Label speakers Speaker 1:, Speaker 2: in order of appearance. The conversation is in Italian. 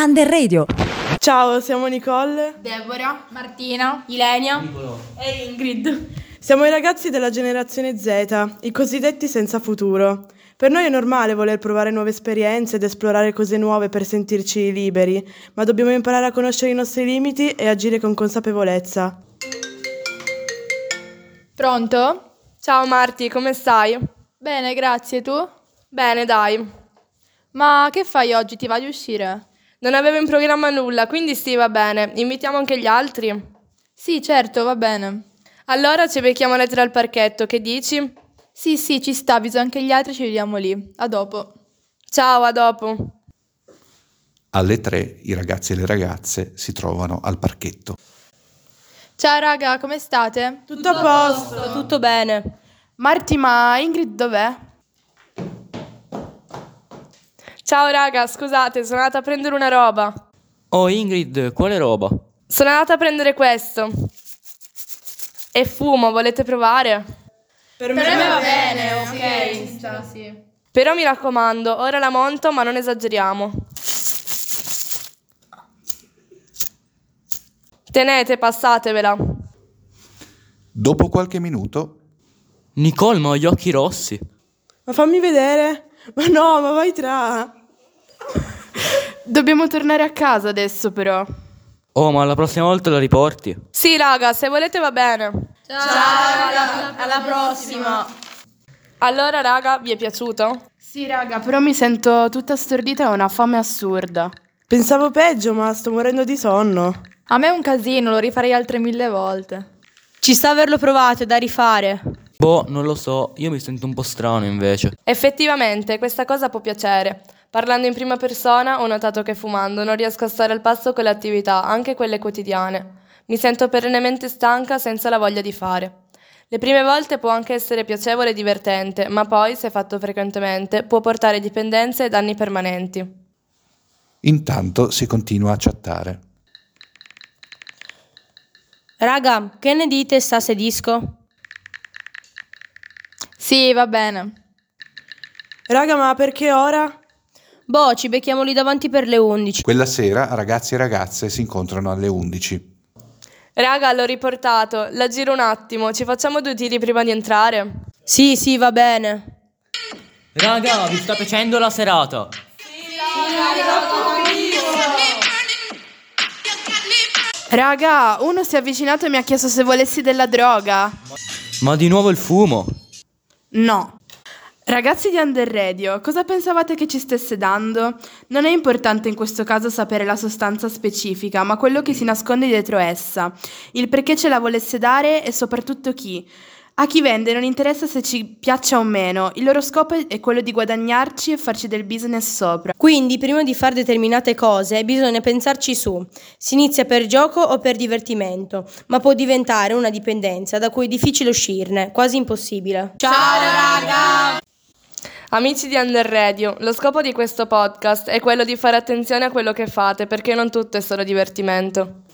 Speaker 1: Under Radio.
Speaker 2: Ciao, siamo Nicole.
Speaker 3: Deborah, Martina, Ilenia e Ingrid.
Speaker 2: Siamo i ragazzi della generazione Z, i cosiddetti senza futuro. Per noi è normale voler provare nuove esperienze ed esplorare cose nuove per sentirci liberi, ma dobbiamo imparare a conoscere i nostri limiti e agire con consapevolezza.
Speaker 4: Pronto?
Speaker 5: Ciao Marti, come stai?
Speaker 4: Bene, grazie, tu?
Speaker 5: Bene, dai.
Speaker 4: Ma che fai oggi? Ti va di uscire?
Speaker 5: Non avevo in programma nulla, quindi sì, va bene. Invitiamo anche gli altri.
Speaker 4: Sì, certo, va bene.
Speaker 5: Allora ci becchiamo alle tre al parchetto, che dici?
Speaker 4: Sì, sì, ci sta, avviso anche gli altri, ci vediamo lì. A dopo.
Speaker 5: Ciao, a dopo.
Speaker 6: Alle tre i ragazzi e le ragazze si trovano al parchetto.
Speaker 4: Ciao raga, come state?
Speaker 2: Tutto a posto!
Speaker 5: Tutto bene.
Speaker 4: Marti, ma Ingrid dov'è?
Speaker 5: Ciao raga, scusate, sono andata a prendere una roba.
Speaker 7: Oh Ingrid, quale roba?
Speaker 5: Sono andata a prendere questo. E fumo, volete provare?
Speaker 2: Per
Speaker 3: ok. Ciao, sì.
Speaker 5: Però mi raccomando, ora la monto, ma non esageriamo. Tenete, passatevela.
Speaker 6: Dopo qualche minuto,
Speaker 7: Nicole, ma ho gli occhi rossi.
Speaker 2: Ma fammi vedere! Ma no, ma vai tra!
Speaker 4: Dobbiamo tornare a casa adesso, però.
Speaker 7: Oh, ma la prossima volta la riporti.
Speaker 5: Sì, raga, se volete va bene.
Speaker 3: Ciao, alla, prossima.
Speaker 5: Allora, raga, vi è piaciuto?
Speaker 4: Sì, raga, però mi sento tutta stordita e ho una fame assurda.
Speaker 2: Pensavo peggio, ma sto morendo di sonno.
Speaker 4: A me è un casino, lo rifarei altre mille volte.
Speaker 3: Ci sta averlo provato, è da rifare.
Speaker 7: Boh, non lo so, io mi sento un po' strano invece.
Speaker 5: Effettivamente, questa cosa può piacere. Parlando in prima persona, ho notato che fumando non riesco a stare al passo con le attività, anche quelle quotidiane. Mi sento perennemente stanca senza la voglia di fare. Le prime volte può anche essere piacevole e divertente, ma poi, se fatto frequentemente, può portare dipendenze e danni permanenti.
Speaker 6: intanto si continua a chattare.
Speaker 3: Raga, che ne dite sta se disco?
Speaker 4: Sì, va bene.
Speaker 2: Raga, ma perché ora?
Speaker 3: Boh, ci becchiamo lì davanti per le 11.
Speaker 6: Quella sera ragazzi e ragazze si incontrano alle 11.
Speaker 5: Raga, l'ho riportato, la giro un attimo, ci facciamo due tiri prima di entrare?
Speaker 3: Sì, sì, va bene.
Speaker 7: Raga, vi sta piacendo la serata.
Speaker 4: Raga, uno si è avvicinato e mi ha chiesto se volessi della droga.
Speaker 7: Ma di nuovo il fumo.
Speaker 4: No. Ragazzi di Under Radio, cosa pensavate che ci stesse dando? Non è importante in questo caso sapere la sostanza specifica, ma quello che si nasconde dietro essa, il perché ce la volesse dare e soprattutto chi. A chi vende non interessa se ci piaccia o meno, il loro scopo è quello di guadagnarci e farci del business sopra.
Speaker 3: Quindi, prima di fare determinate cose, bisogna pensarci su. Si inizia per gioco o per divertimento, ma può diventare una dipendenza da cui è difficile uscirne, quasi impossibile.
Speaker 5: Amici di Under Radio, lo scopo di questo podcast è quello di fare attenzione a quello che fate perché non tutto è solo divertimento.